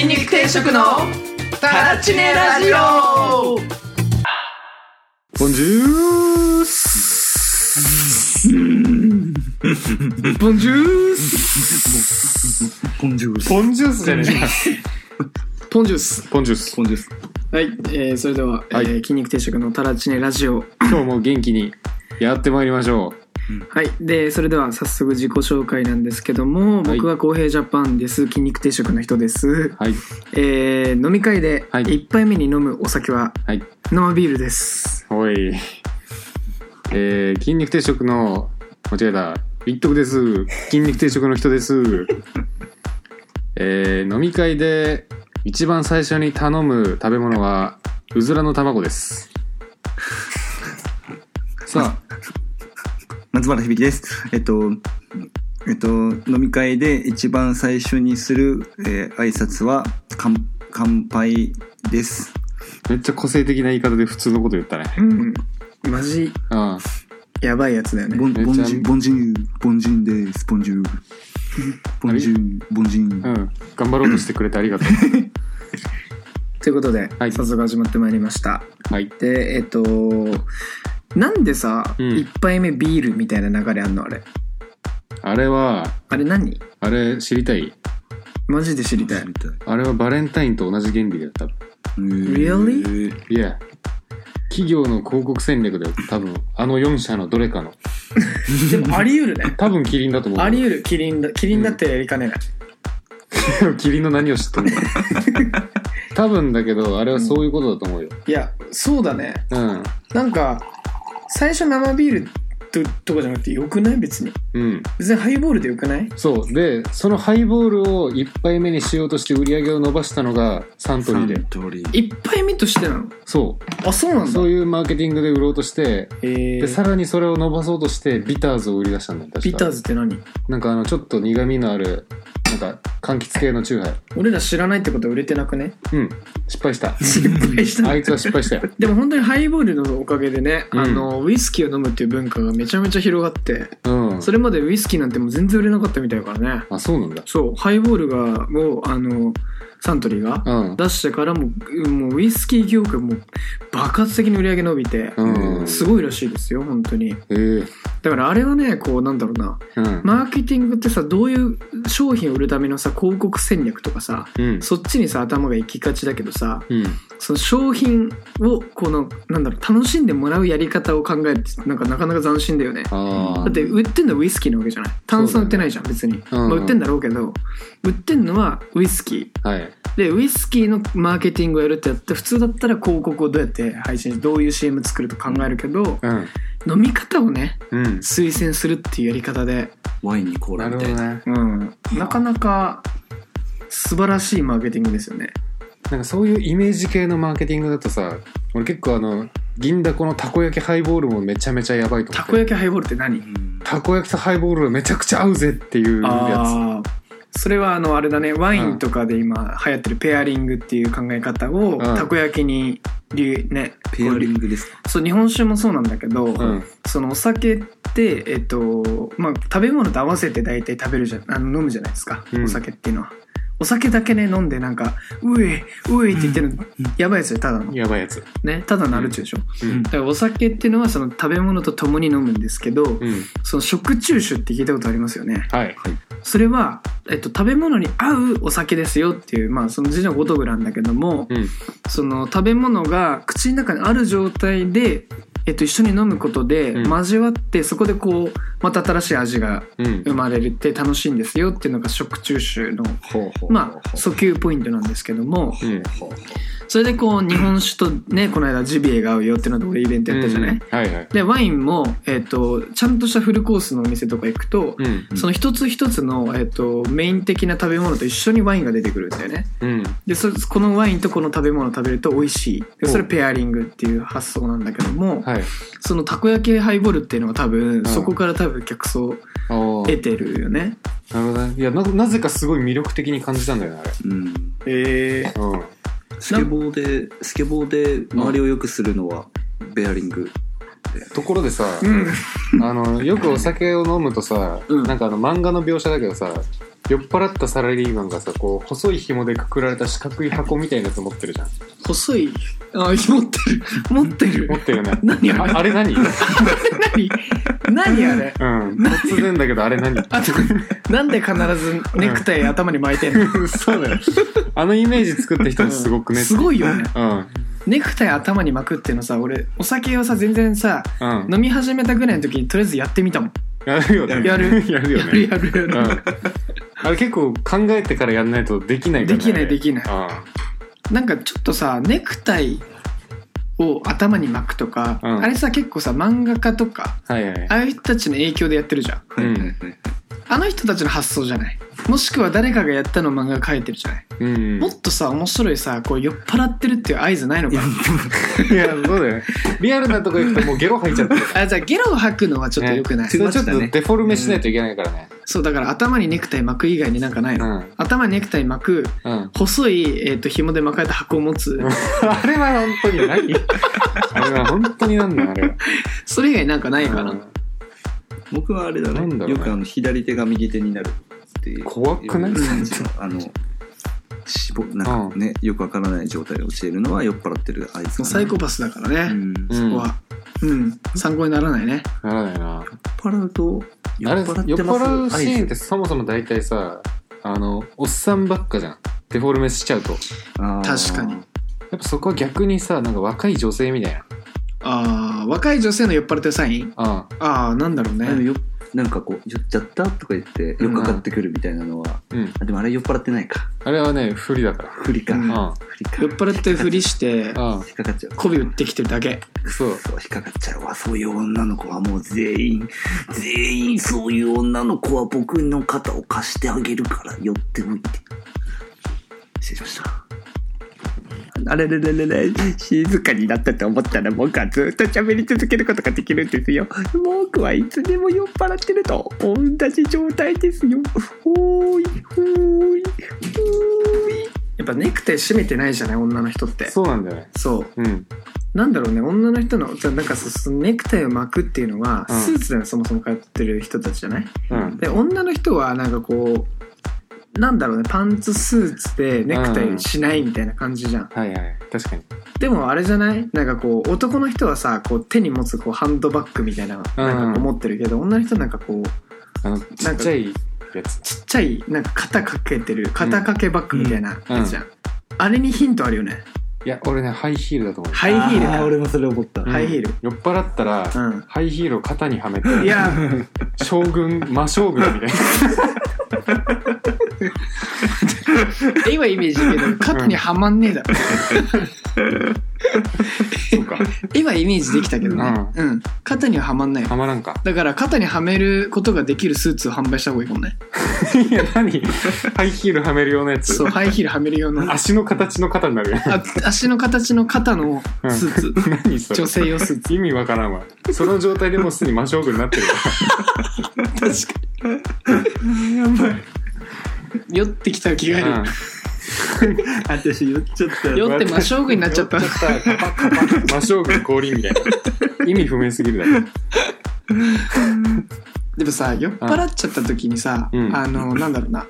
食のタラチネラジオボンジュースボンジュースポンジュース。ボンジュースじゃねえポンジュースポンジュースポンジュース。はい、えー、それでは、はいえー筋肉定食のタラチネラジオ今日も元気にやってまいりましょはいでそれでは早速自己紹介なんですけどもはい僕は浩平ジャパンです筋肉定食の人ですうはいえー、飲み会ではい1杯目に飲むお酒ははい生ビールですおいえー、筋肉定食の間違えた一徳です筋肉定食の人ですえー、飲み会で一番最初に頼む食べ物はうずらの卵ですさあ松原響です。えっと、えっと、飲み会で一番最初にする、えー、挨拶は、乾乾杯です。めっちゃ個性的な言い方で普通のこと言ったねうんマジああやばいやつだよねボン、めっボンちジゃュ、ボンジュー、ボンジューです、ボンジュー。ボンジュー、ボンジュうー。ん頑張ろうとしてくれてありがとということで、はい早速始まってまいりましたう はいでえっとなんでさ、うん一杯目ビールみたいな流れあんのあれあれはあれ何あれ知りたいマジで知り たいみたい。あれはバレンタインと同じ原理だよ、多分。えー Really？いや、企業の広告戦略だよ、多分。あの4社のどれかの。でもあり得るね多分キリンだと思う。あり得るキリンだキリンだってやりかねない、 キリンの何を知 ってるの多分だけど、あれはそういうことだと思うよ。いやそうだねうん。なんか最初生ビールととかじゃなくてよくない別にうん。別にハイボールでよくないそう。で、そのハイボールを1杯目にしようとして売り上げを伸ばしたのがサントリーサでン。トリー一杯目としてなのそあそうなう。んだそういうマーケティングで売ろうとして、えーで、さらにそれを伸ばそうとして、ビターズを売り出したんだよ、確かビターズって何なんかあの、ちょっと苦味のある、なんか、柑橘系のチューハイ。俺ら知らないってことは売れてなくねうん。失 敗した。失敗したあいつは失敗し たよ。でも本当にハイボールのおかげでね、うんあのウイスキーを飲むっていう文化がめちゃめちゃ広がってうん。それまでウイスキーなんてもう全然売れなかったみたいだからねあ、そうなんだ。そうハイボールがもうあのサントリーがうん。出してからもうもうウイスキー業界もう爆発的に売り上げ伸びて、うん。すごいらしいですよ本当にええだからあれはねこうなんだろうなうん。マーケティングってさどういう商品を売るためのさ広告戦略とかさうん。そっちにさ頭が行きがちだけどさうん。その商品をこのなんだろう楽しんでもらうやり方を考えるってなんかなかなか斬新だよねだあって売ってんのはウイスキーなわけじゃない炭酸売ってないじゃん、別に、うんうんまあ、売ってんだろうけど売ってんのはウイスキあ。はい。ーでウイスキーのマーケティングをやるってやって普通だったら広告をどうやって配信どういう CM 作ると考えるけどうん。飲み方をねうん。推薦するっていうやり方で、ワインにコーなラるみほたいどな。ね。うん、なかなか素晴らしいマーケティングですよねなんかそういうイメージ系のマーケティングだとさ、俺結構あの、銀だこのたこ焼きハイボールもめちゃめちゃやばいと思たってこる。焼きハイボールって何うんたこ焼きとハイボールがめちゃくちゃ合うぜっていうやあーそれはあのあれだねワインとかで今流行ってるペアリングっていう考え方を、んたこ焼きに流ねペアリンこグですかうそう日本酒もそうなんだけど、つ。うん。そのお酒ってえっとまあ食べ物と合わせて大体食べるじゃんあの飲むじゃないですか、うんお酒っていうのはお酒だけね飲んでなんか「うえうえ」って言ってるの、やばいやつよただのやばいやつ。ねただのアルチューでしょ、うんだ。からお酒っていうのはその食べ物と共に飲むんですけど、うん。その食中酒って聞いたことありますよねはい。それは、えっと、食べ物に合うお酒ですよっていう、まあ、その字のごとくなんだけども、うん。その食べ物が口の中にある状態で、えっと、一緒に飲むことでうん交わって、そこでこうまた新しい味がうん。生まれるって楽しいんですよっていうのが食中酒の、ほうほまあ、訴求ポイントなんですけどもうん。それでこう日本酒とねこの間ジビエが合うよっていうので俺イベントやったじゃない、うんはいはい。でワインも、えっと、ちゃんとしたフルコースのお店とか行くと、うん。その一つ一つの、えっとメイン的な食べ物と一緒にワインが出てくるんだよねうん。でそこのワインとこの食べ物を食べると美味しいでそれおペアリングっていう発想なんだけども、はい。そのたこ焼きハイボールっていうのは多分、んそこから多分客層ああ。得てるよねなるほどね。いや、な、なぜかすごい魅力的に感じたんだよね、あれ。うん。ええうん。スケボーで、スケボーで周りを良くするのは、ペアリング。ところでさ、うんあのよくお酒を飲むとさ、うんなんかあの漫画の描写だけどさ酔っ払ったサラリーマンがさこう細い紐でくくられた四角い箱みたいなやつ持ってるじゃん細いあ持ってる持ってる持ってるよね何あれあれ何う何何あれん突然だけどあれ何あとなんで必ずネクタイ頭に巻いてんの、そうだよあのイメージ作った人すごくね すいごいよねうんうんネクタイ頭に巻くっていうのさ俺お酒をさ全然さ飲み始めたぐらいの時にとりあえずやってみたもんやるよねやる やるよやねるやるやる、うんあれ結構考えてからやんないとできないからできないできないあなんかちょっとさネクタイを頭に巻くとか、うんあれさ結構さ漫画家とかあはいはいああいう人たちの影響でやってるじゃんうんはいはいはいあの人たちの発想じゃないもしくは誰かがやったのを漫画描いてるじゃない、うんもっとさ面白いさこう酔っ払ってるっていう合図ないのかないやそうだよねリアルなとこ行くともうゲロ吐いちゃってるあじゃあゲロを吐くのはちょっと良くない、ねそれちょっとデフォルメしないといけないからねそうだから頭にネクタイ巻く以外になんかないの、うん頭にネクタイ巻くうん細い、えー、と紐で巻かれた箱を持つあれは本当に何あれは本当になんだあれはそれ以外なんかないかな、僕はあれだねなんだろうねよくあの左手が右手になるっていう怖くないうんあのしぼなんかね、よくわからない状態を教えるのは酔っ払ってるあいつかもうなサイコパスだからうね、うん、酔っここんはうん参考にならないねならないな払うと酔あっれ酔っ払って払うますシーンってそもそも大体さあのおっさんばっかじゃんデフォルメしちゃうとやあー確かにっぱそこは逆にさなんか若い女性みたいなああ若い女性の酔っ払ってるサインあああなんだろうあのねよなんかこう「酔っちゃった?」とか言ってう酔んっかかってくるみたいなのは、あうんあでもあれ酔っ払ってないかあれはね不利だから不利か、うんあ不利か酔っ払ってふりしてあ引っかかっちゃう媚び売ってきてるだけあそうそう引っかかっちゃうわそういう女の子はもう全員全員そういう女の子は僕の肩を貸してあげるから寄っておいて失礼しましたあれれれれれ静かになったと思ったら僕はずっと喋り続けることができるんですよ僕はいつでも酔っ払ってると同じ状態ですよほーいほーいやっぱネクタイ締めてないじゃない女の人ってそうなんだよねそううんなんだろうね女の人のじゃあなんかそそのネクタイを巻くっていうのは、うんスーツでそもそも通ってる人たちじゃないうんで女の人はなんかこうなんだろうねパンツスーツでネクタイしないみたいな感じじゃん、はいはい確かにでもあれじゃないなんかこう男の人はさこう手に持つこうハンドバッグみたいななんかこう持ってるけど、女の人なんかこうあのちっちゃいやつちっちゃいなんか肩かけてる肩掛けバッグみたいなやつじゃん、あれにヒントあるよねいや俺ねハイヒールだと思うハイヒールだもそれ思ったうんハイヒール酔っ払ったら、うんハイヒールを肩にはめて いや将軍魔将軍みたい 今イメージだけど肩にはまんねえだ ろ、か今イメージできたけどね、うん肩にははまんないなよはまらんかだから肩にはめることができるスーツを販売した方がいいかもねいや何ハイヒールはめるようなやつ そうハイヒールはめる用のあ足の形の肩にな るよ足の形の肩のスーツ、何 それ女性用スーツ意味わからんわその状態でもうすでに魔将軍になってるわ確かにやばい酔ってきた気がある、 私酔っちゃった酔って真正面になっちゃった酔っちゃったカパカパ魔将軍降臨みたいな意味不明すぎるだろでもさ酔っ払っちゃった時にさ、うんあのなんだろうな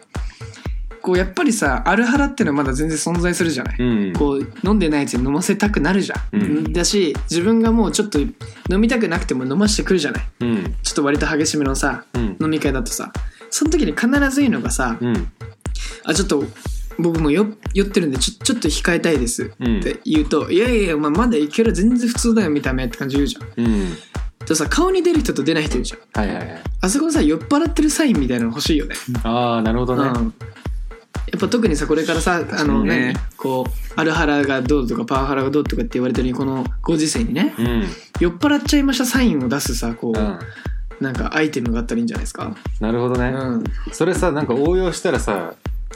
こうやっぱりさアルハラっていうのはまだ全然存在するじゃない、うんこう飲んでないやつに飲ませたくなるじゃん、うんだし自分がもうちょっと飲みたくなくても飲ましてくるじゃないうんちょっと割と激しめのさうん飲み会だとさその時に必ずいいのがさ「うんあちょっと僕も酔酔ってるんでちょちょっと控えたいです」っうんて言うと「いやいやいや、まあ、まだいける全然普通だよ見た目」って感じ言うじゃんうんとさ顔に出る人と出ない人いるじゃんはいはいはいあそこのさ酔っ払ってるサインみたいなの欲しいよねああなるほどうん、ねやっぱ特にさこれからさあのにねねこうアルハラがどうとかパワハラがどうとかって言われてるこのご時世にねうん酔っ払っちゃいましたサインを出すさこう、うんなんかアイテムがあったらいいんじゃないですか、なるほどうねん、それさなんか応用したらさ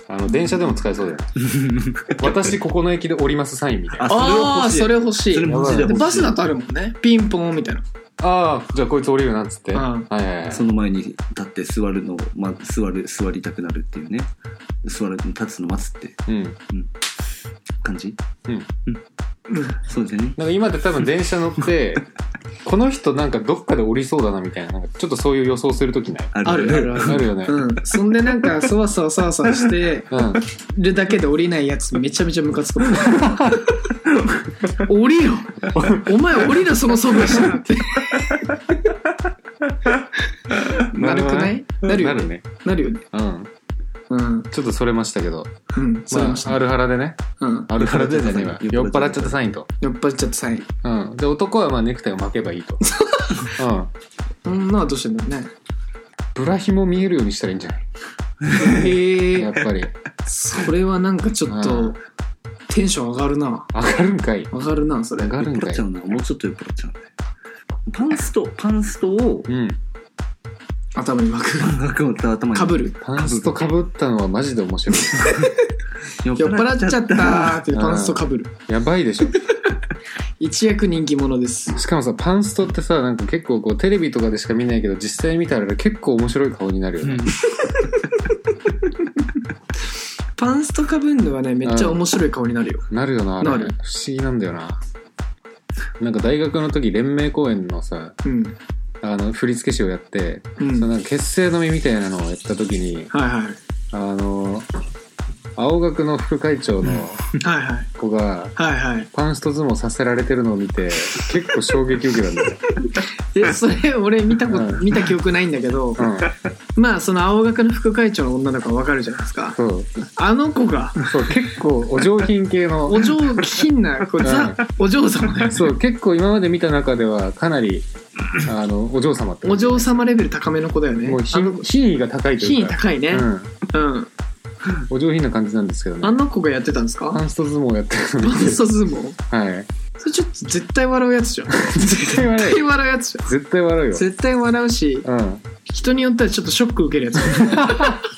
あの電車でも使えそうだよね私ここの駅で降りますサインみたいなあああーそそれれ欲しいそれマジで欲しいでバスだとあるもんねピンポンみたいなああじゃあこいつ降りるなっつって、うんはいはいはいその前に立って座るの、ま、座る座りたくなるっていうね座る立つの待つってうん感じうんそうですよね なんか今って多分電車乗ってこの人なんかどっかで降りそうだなみたいななんかちょっとそういう予想するときないあ あるあるあるあるよねうん、そんでなんかそわそわそわそわ してうんるだけで降りないやつめちゃめちゃムカつく降り ろお前降りろそのそぶりしたらってなるくないなるよなるね なるよねうんうんちょっとそれましたけどうんそれまましあた、あるはらでねうんあるはらでじゃねえわ酔酔っっ払払っっちちゃっゃったたサインと酔っ払っちゃったサインうんで男はまあネクタイを巻けばいいとうん女はどうしてんだろ うねブラヒも見えるようにしたらいいんじゃないへやっえぱりそれはなんかちょっうんとテンション上がるな上がるんかい上がるなそれ上が酔るっんか払っいちゃうなもうちょっと酔っ払っちゃうねパンストパンストをうん頭に巻くなんかまた頭にかぶるパンストかぶったのはマジで面白い酔っ酔っ払っちゃったーってうんパンストかぶるやばいでしょ一躍人気者ですしかもさパンストってさなんか結構こうテレビとかでしか見ないけど実際見たら結構面白い顔になるよね、パンストかぶんのはねめっちゃ面白い顔になるよなるよなあれなる不思議なんだよななんか大学の時連盟公演のさうんあの振付師をやって、うんそのなんか結成のみみたいなのをやった時にはいはいあの青学の副会長のはいはい子がはいはいパンスト相撲させられてるのを見て結構衝撃受けたんだよ、えそれ俺見たこと、うん見た記憶ないんだけど、うん、まあその青学の副会長の女の子はわかるじゃないですかそうあの子がそう結構お上品系のお上品なこうザ、お嬢様だよそう結構今まで見た中ではかなりあのお嬢様ってお嬢様レベル高めの子だよねもうあの品品位が高いとい品位うか高いねうん、うん、お上品な感じなんですけどあねの子がやってたんですかパンスト相撲やってるパのンにスト相撲はいそれちょっと絶対笑うやつじゃん絶対笑絶う対よ笑うやつじゃん絶対笑うよ絶対笑うしうん人によってはちょっとショック受け るやつ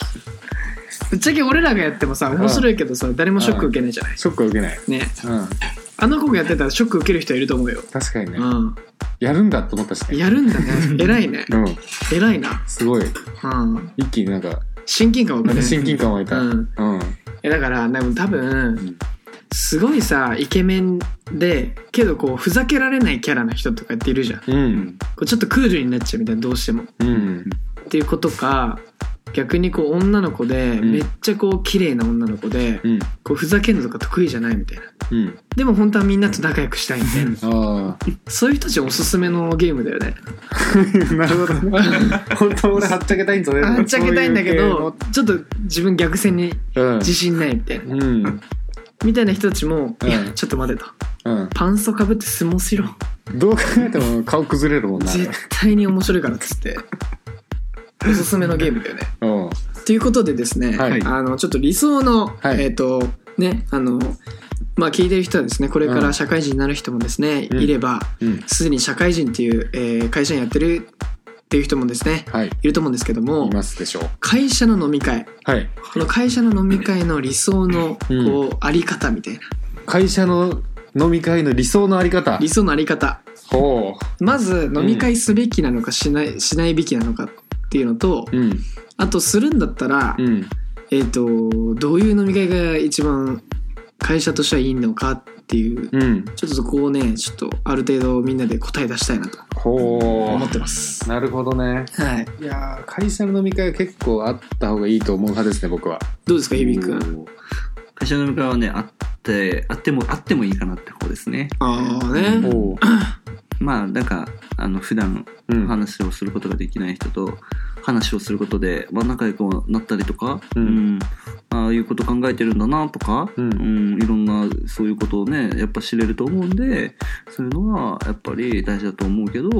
ぶっちゃけ俺らがやってもさ面白いけどさ誰もショック受けないじゃないショックは受けないねうんあの子がやってたらショック受ける人いると思うよ、確かにねうんやるんだと思ったしねやるん だね偉いねうん偉いな、すごいうん、一気になんか親近感をなんねか親近感湧いたううんんえだからでも多分すごいさイケメンでけどこうふざけられないキャラな人とかっているじゃんこうんうちょっとクールになっちゃうみたいなどうしてもうんっていうことか逆にこう女の子でんめっちゃこう綺麗な女の子でうんこうふざけんのとか得意じゃないみたいなうんでも本当はみんなと仲良くしたいみたいなあそういう人たちおすすめのゲームだよねあなるほど本当俺はっちゃけたいんだねあっちゃけたいんだけどちょっと自分逆線にうん自信ないみたいなうんみたいな人たちも「うんいやちょっと待て」とうん「パンストかぶって相撲しろどう考えても顔崩れるもんな。絶対に面白いから」っつっておすすめのゲームだよねうん。ということでですね、はいあのちょっと理想の、はいえっ、とねあのまあ聞いてる人はですねこれかうらん社会人になる人もですね、うんいればうん。すでに社会人っていう、えー会社員やってるっていう人もですねはい。いると思うんですけどもいますでしょう。会社の飲み会はい。この会社の飲み会の理想のこう、うんあり方みたいな会社の飲み会の理想のあり方理。想のあり方ほまず飲み会すべきなのかしないしないべきなのかっていうのとう。うん。あとするんだったら、うん。えっ、とどういう飲み会が一番会社としてはいいのかっていううん。ちょっとそこをねちょっとある程度みんなで答え出したいなとほ思ってますう。なるほどね。はいいやー会社の飲み会は結構あった方がいいと思う派ですね、僕は。どうですかゆびくんおー会社の向かいはねあってあってもあってもいいかなって方ですねああうんねおう。まあなんかあの普段うん。話をすることができない人と話をすることで、まあ、仲良くなったりとか、うんうんああいうこと考えてるんだなとか、うんうんいろんなそういうことをねやっぱ知れると思うんでそういうのはやっぱり大事だと思うけど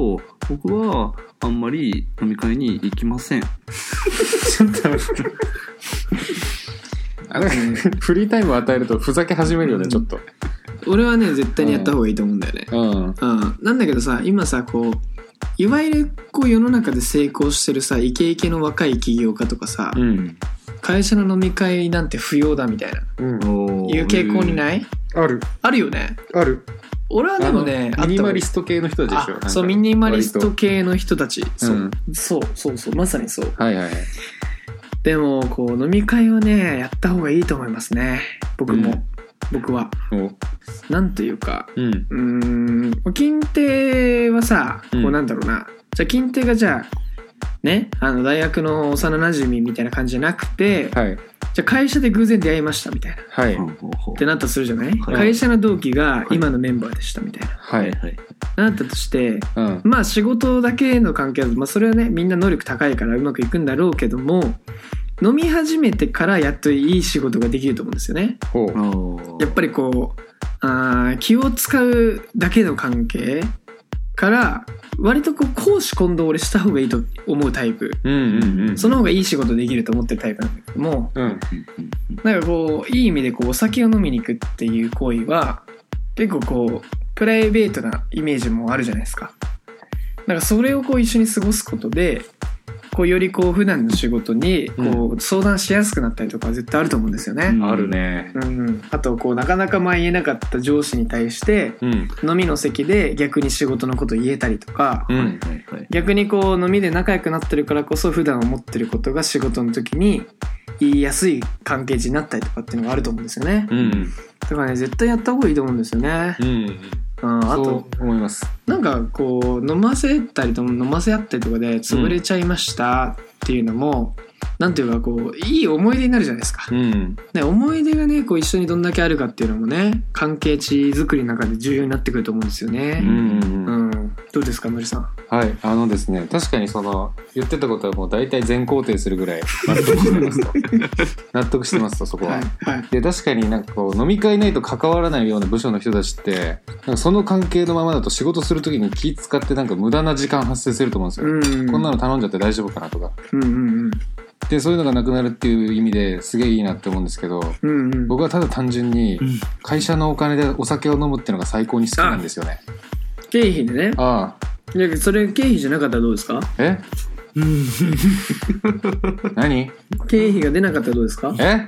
僕はあんまり飲み会に行きません。ちょっと待って。あなんか フリータイムを与えるとふざけ始めるよね、ちょっと。俺はね絶対にやった方がいいと思うんだよねうん。うんなんだけどさ今さこういわゆるこう世の中で成功してるさイケイケの若い起業家とかさうん。会社の飲み会なんて不要だみたいなうん。いう傾向にいないある。あるよねある。俺はでもねあっあのたミニ方がマいいリスト系の人たちでしょなんあか。そうミニマリス割とト系の人たち、うんそうそうそうまさにそうはいはい。でもこう飲み会はねやった方がいいと思いますね僕も、僕はおなんというかうんうーん金亭はさこううんなんだろうな、じゃあ金亭がじゃあねあの大学の幼なじみみたいな感じじゃなくて、はいじゃあ会社で偶然出会いましたみたいなっはいほうほうほうてなったとするじゃない、はい会社の同期が今のメンバーでしたみたいな、ははいいはい。なったとしてうんまあ仕事だけの関係は、まあ、それはねみんな能力高いからうまくいくんだろうけども飲み始めてからやっといい仕事ができると思うんですよね。ほうやっぱりこうあー気を使うだけの関係から割とこう公私混同を俺した方がいいと思うタイプうんうんうんその方がいい仕事できると思ってるタイプなんだけどもうんなんかこういい意味でこうお酒を飲みに行くっていう行為は結構こうプライベートなイメージもあるじゃないですか。なんかそれをこう一緒に過ごすことでこうよりこう普段の仕事にこう相談しやすくなったりとかは絶対あると思うんですよね。あるねうん、あとこうなかなか前言えなかった上司に対してうん飲みの席で逆に仕事のこと言えたりとか、うはいんはいはい。逆にこう飲みで仲良くなってるからこそ普段思ってることが仕事の時に言いやすい関係値になったりとかっていうのがあると思うんですよねうんだからね絶対やった方がいいと思うんですよね、うんうん、あそとう思いますなんかこう飲ませたりとも飲ませ合ったりとかで潰れちゃいましたっていうのも、なんていうかこういい思い出になるじゃないですかうんね、思い出がねこう一緒にどんだけあるかっていうのもね関係値作りの中で重要になってくると思うんですようね。んうんううんん、どうですか森さん。はいあのですね確かにその言ってたことはもう大体全肯定するぐらい納得してますと納得してますとそこははい。で確かになんかこう飲み会ないと関わらないような部署の人たちってなんかその関係のままだと仕事するときに気使ってなんか無駄な時間発生すると思うんですよ、うん、こんなの頼んじゃって大丈夫かなとかうんうんでそういうのがなくなるっていう意味ですげえいいなって思うんですけどうんうんうん。僕はただ単純にうん会社のお金でお酒を飲むっていうのが最高に好きなんですよね経費でね。ああいやそれ経費じゃなかったらどうですか？えうん。 何経費が出なかったらどうですか？え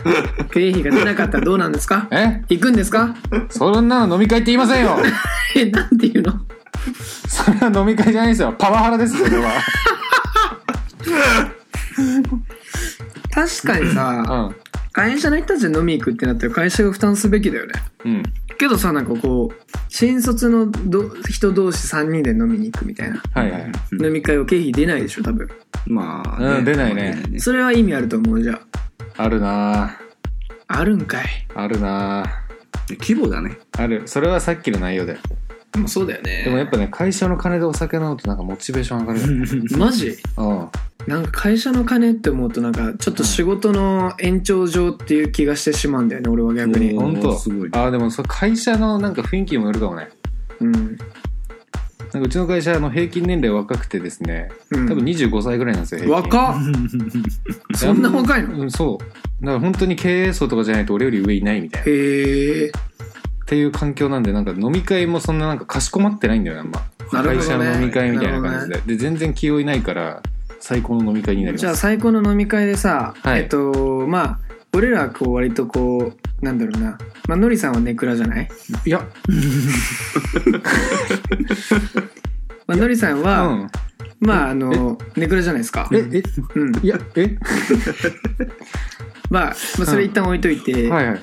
経費が出なかったらどうなんですか？え行くんですか？ そんなの飲み会って言いませんよえなんていうの？それは飲み会じゃないですよパワハラですよ それは確かにさ、会社の人たちで飲み行くってなったら会社が負担すべきだよね。うんうんけどさなんかこう新卒のど人同士3人で飲みに行くみたいな。はいはいうん飲み会は経費出ないでしょ多分まあ、うん出ないねまあそれは意味あると思うじゃああるなああるんかいあるなあ規模だね。あるそれはさっきの内容ででもそうだよねでもやっぱね会社の金でお酒飲むとなんかモチベーション上がるよ ねマジうんなんか会社の金って思うとなんかちょっと仕事の延長上っていう気がしてしまうんだよね俺は逆におー本当すごいああでもそれ会社のなんか雰囲気にもよるかもねうん、なんかうちの会社あの平均年齢若くてですねうん、多分25歳ぐらいなんですよ平均若っそんな若いのうんそうだから本当に経営層とかじゃないと俺より上いないみたいなっへえていう環境なんでなんか飲み会もそんななんかかしこまってないんだよねあんまなるほどね会社の飲み会みたいな感じで、で全然気負いないから最高の飲み会になりますじゃあ最高の飲み会でさ、はいえっとまあ俺らはこう割とこうなんだろうなまあのりさんはネクラじゃない、いやまあのりさんは、うんまああのネクラじゃないですかええうんいやえまあ、まあそれ一旦置いといて、はいはい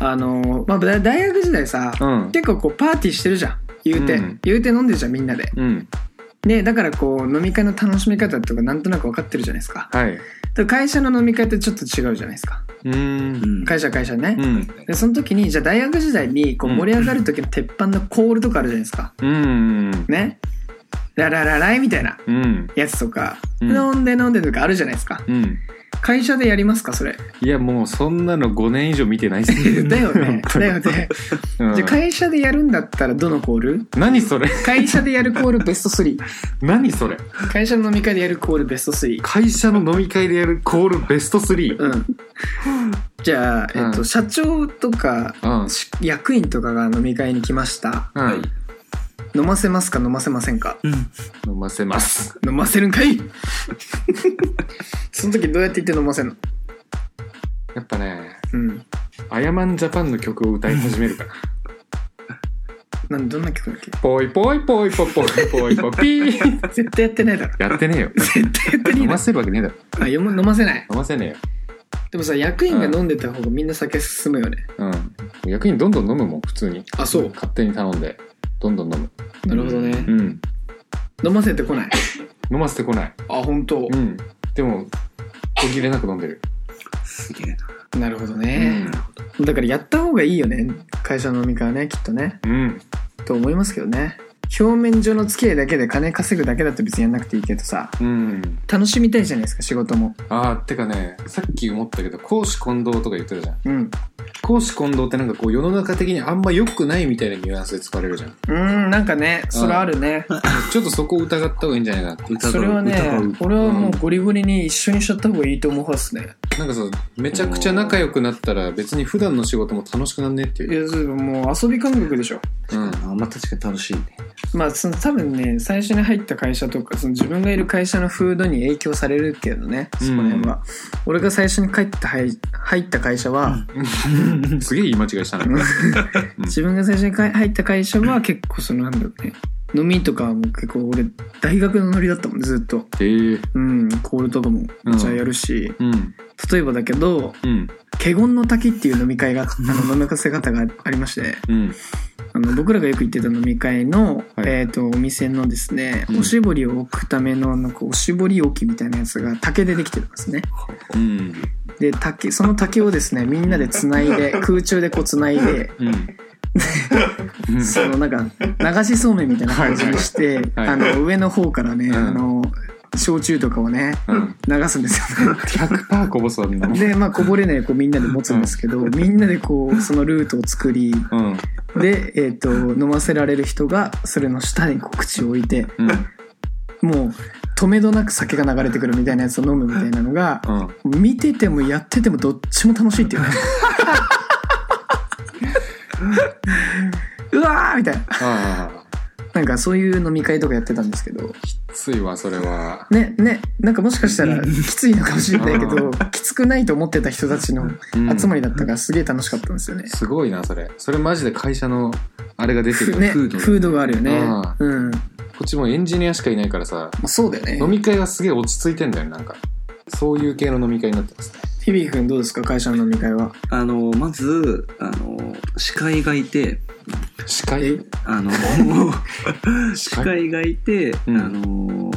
あの、まあ、だ大学時代さ、うん結構こうパーティーしてるじゃん言うて、うん言うて飲んでるじゃんみんなでうんでだからこう飲み会の楽しみ方とかなんとなく分かってるじゃないですかはいで会社の飲み会ってちょっと違うじゃないですかうーんうん会社は会社ね、うんでその時にじゃあ大学時代にこううん盛り上がる時の鉄板のコールとかあるじゃないですかうんねラララライみたいなうんやつとか、うん飲んで飲んでとかあるじゃないですかうん会社でやりますかそれいやもうそんなの5年以上見てないっすね、 だよねだよねうんじゃあ会社でやるんだったらどのコール何それ会社でやるコールベスト3何それ会社の飲み会でやるコールベスト3会社の飲み会でやるコールベスト3うんじゃあ、えっとうん社長とかうんし役員とかが飲み会に来ましたうん、はい飲ませますか飲ませませんか飲ませます飲ませるんかいその時どうやって言って飲ませんのやっぱねうんアヤマンジャパンの曲を歌い始めるからなんどんな曲だっけポイポイポイポイポイポイポイピー絶対やってないだろやってねえよ絶対やってね飲えだまろせるわけねえだろあよも飲ませない飲ませねえよでもさ役員が飲んでた方がみんな酒進むよね、うん逆にどんどん飲むもん普通にあそう勝手に頼んでどんどん飲むなるほどねう、ん飲ませてこない飲ませてこないあ本当う、んでも途切れなく飲んでるすげえな。なるほどね、だからやった方がいいよね会社の飲み会はねきっとねうんと思いますけどね表面上の付き合いだけで金稼ぐだけだと別にやんなくていいけどさうん楽しみたいじゃないですか仕事もあーてかねさっき思ったけど公私混同とか言ってるじゃんうん公私混同ってなんかこう世の中的にあんま良くないみたいなニュアンスで使われるじゃんうんなんかねそれあるね、ちょっとそこを疑った方がいいんじゃないかなって疑うそれはね疑う俺はもうゴリゴリに一緒にしちゃった方がいいと思う派っすねなんかさめちゃくちゃ仲良くなったら別に普段の仕事も楽しくなんねっていいう、やそれもう遊び感覚でしょうん、あまあ確かに楽しいね。まあその多分ね最初に入った会社とかその自分がいる会社の風土に影響されるけどねそこら辺は、俺が最初に帰った入入った会社は、すげえ言い間違いしたね。自分が最初にか入った会社は結構そのなんだろうね飲みとかも結構俺大学のノリだったもんずっとえー、うんコールとかもめっちゃやるし、うん、例えばだけどうん、 「華厳の滝」っていう飲み会が あの飲みかせ方がありましてうん。あの僕らがよく行ってた飲み会の、はいえー、とお店のですね、うんおしぼりを置くためのなんかおしぼり置きみたいなやつが竹でできてたんですねうん、で竹その竹をですねみんなでつない で空中でこうつないでうん。うんそのなんか流しそうめんみたいな感じにして、はいあの上の方からね、うんあの焼酎とかをねうん流すんですよね。 100%こぼすわ、みんなもん。でまあこぼれないこうみんなで持つんですけど、みんなでこうそのルートを作りうん、で、えー、と飲ませられる人がそれの下にこう口を置いてうん、もう止めどなく酒が流れてくるみたいなやつを飲むみたいなのが、うん。見ててもやっててもどっちも楽しい っていうね。うわーみたいな。ああ、なんかそういう飲み会とかやってたんですけど、ついわ、それは。ね、ね、なんかもしかしたらきついのかもしれないけうど、きつくないと思ってた人たちのうん集まりだったからすげえ楽しかったんですよね。すごいな、それ。それマジで会社の、あれが出てるよね、風土風土があるよねああ。うん。まこっちもエンジニアしかいないからさ、あそうだよ飲ね。み会がすげえ落ち着いてんだよね、なんか。そういう系の飲み会になってますね。日々君どうですか会社の飲み会は。あの、まず、あの、司会がいて、司会あの、 司会がいて、うんあの、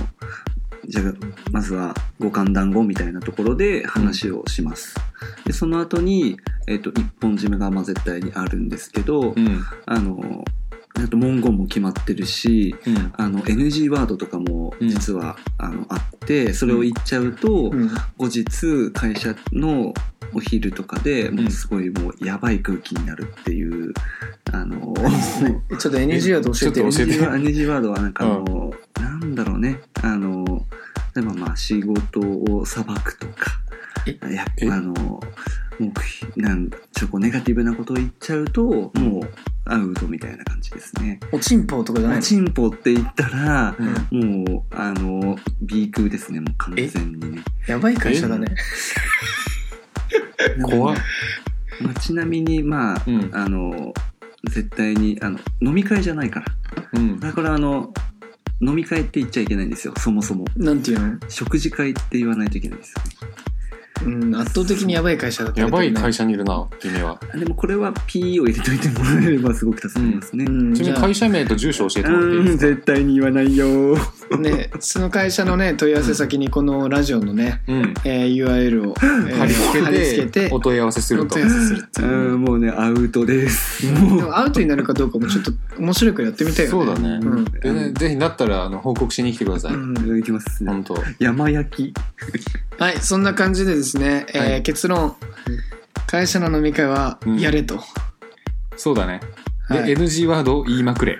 じゃあ、まずは、五感談合みたいなところで話をします。で、その後に、えっ、と、一本締めがまあ絶対にあるんですけど、うん、あの、あと文言も決まってるし、うん、あの、NG ワードとかもうん実は、あの、あって、それを言っちゃうと、うん。後日会社のお昼とかでもうすごいもうやばい空気になるっていう、あの、えちょっと NG はどう教えてちょっと教えて NG ワ NG ワードはなんかあの、なんだろうね、あの、例えばまあ仕事を裁くとか、やっえぱあの、目標なんちょっとこうネガティブなことを言っちゃうと、もうアウトみたいな感じですね。おちんぽとかじゃないチンポって言ったら、うん。もう、あの、B 級ですね、もう完全にね。やばい会社だね。怖っ。まあ、ちなみに、まあ、うんあの、絶対に、あの、飲み会じゃないから。うん。だから、あの、飲み会って言っちゃいけないんですよ、そもそも。なんていうの食事会って言わないといけないんですよ。うん、圧倒的にやばい会社だったやばい会社。社にいるな、君は。あでも、これは P を入れといてもらえればすごく助かりますね。ううんん、ちじなみゃにあ会社名と住所教えてもらっていいですか絶対に言わないよ。ね、その会社のね、問い合わせ先にこのラジオのね、うん。えー URL を、えー 貼り付貼り付けけてて、お問い合わせすると問い合わせするってういう。ん、もうね、アウトです。でもう、もアウトになるかどうかもちょっと面白くやってみたいよそうね。だね、うんでねぜひなったらあの報告しに来てください、うんいただきますね。本当山焼き。はい、そんな感じでですね、えーはい結論、会社の飲み会はうんやれと。そうだね、はでい NG ワードを言いま くれち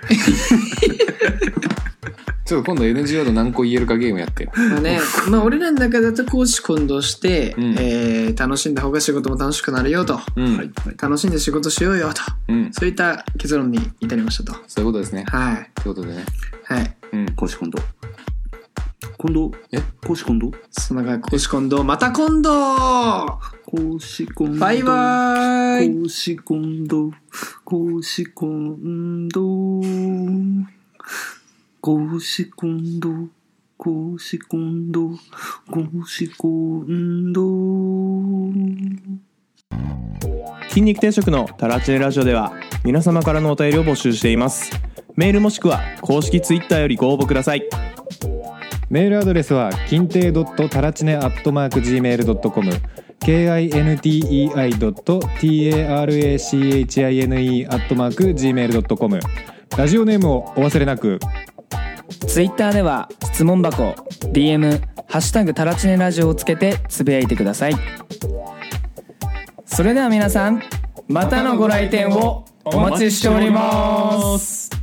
ょっと今度 NG ワード何個言えるかゲームやってよまあね、 まあ俺らの中だと講師混同して、うんえー楽しんだ方が仕事も楽しくなるよと。うん、はい。はい楽しんで仕事しようよと。うん、そういった結論に至りましたと。そういうことですねはい。ということでねはい。うん講師今度。今度え講師今度そんな感じ、講師今度、また今度講師今度。バイバーイ公私混同、公私混同、公私混同、公私混同、公私混同。筋肉定食のタラチネラジオでは皆様からのお便りを募集していますメールもしくは公式ツイッターよりご応募くださいメールアドレスは金亭ドットタラチネアットマーク gmail ドットコム k i n t e i ドット t a r a c h i n e アットマーク gmail ドットコムラジオネームをお忘れなく。ツイッターでは質問箱 DM「ハッシュタグタラチネラジオ」をつけてつぶやいてくださいそれでは皆さんまたのご来店をお待ちしております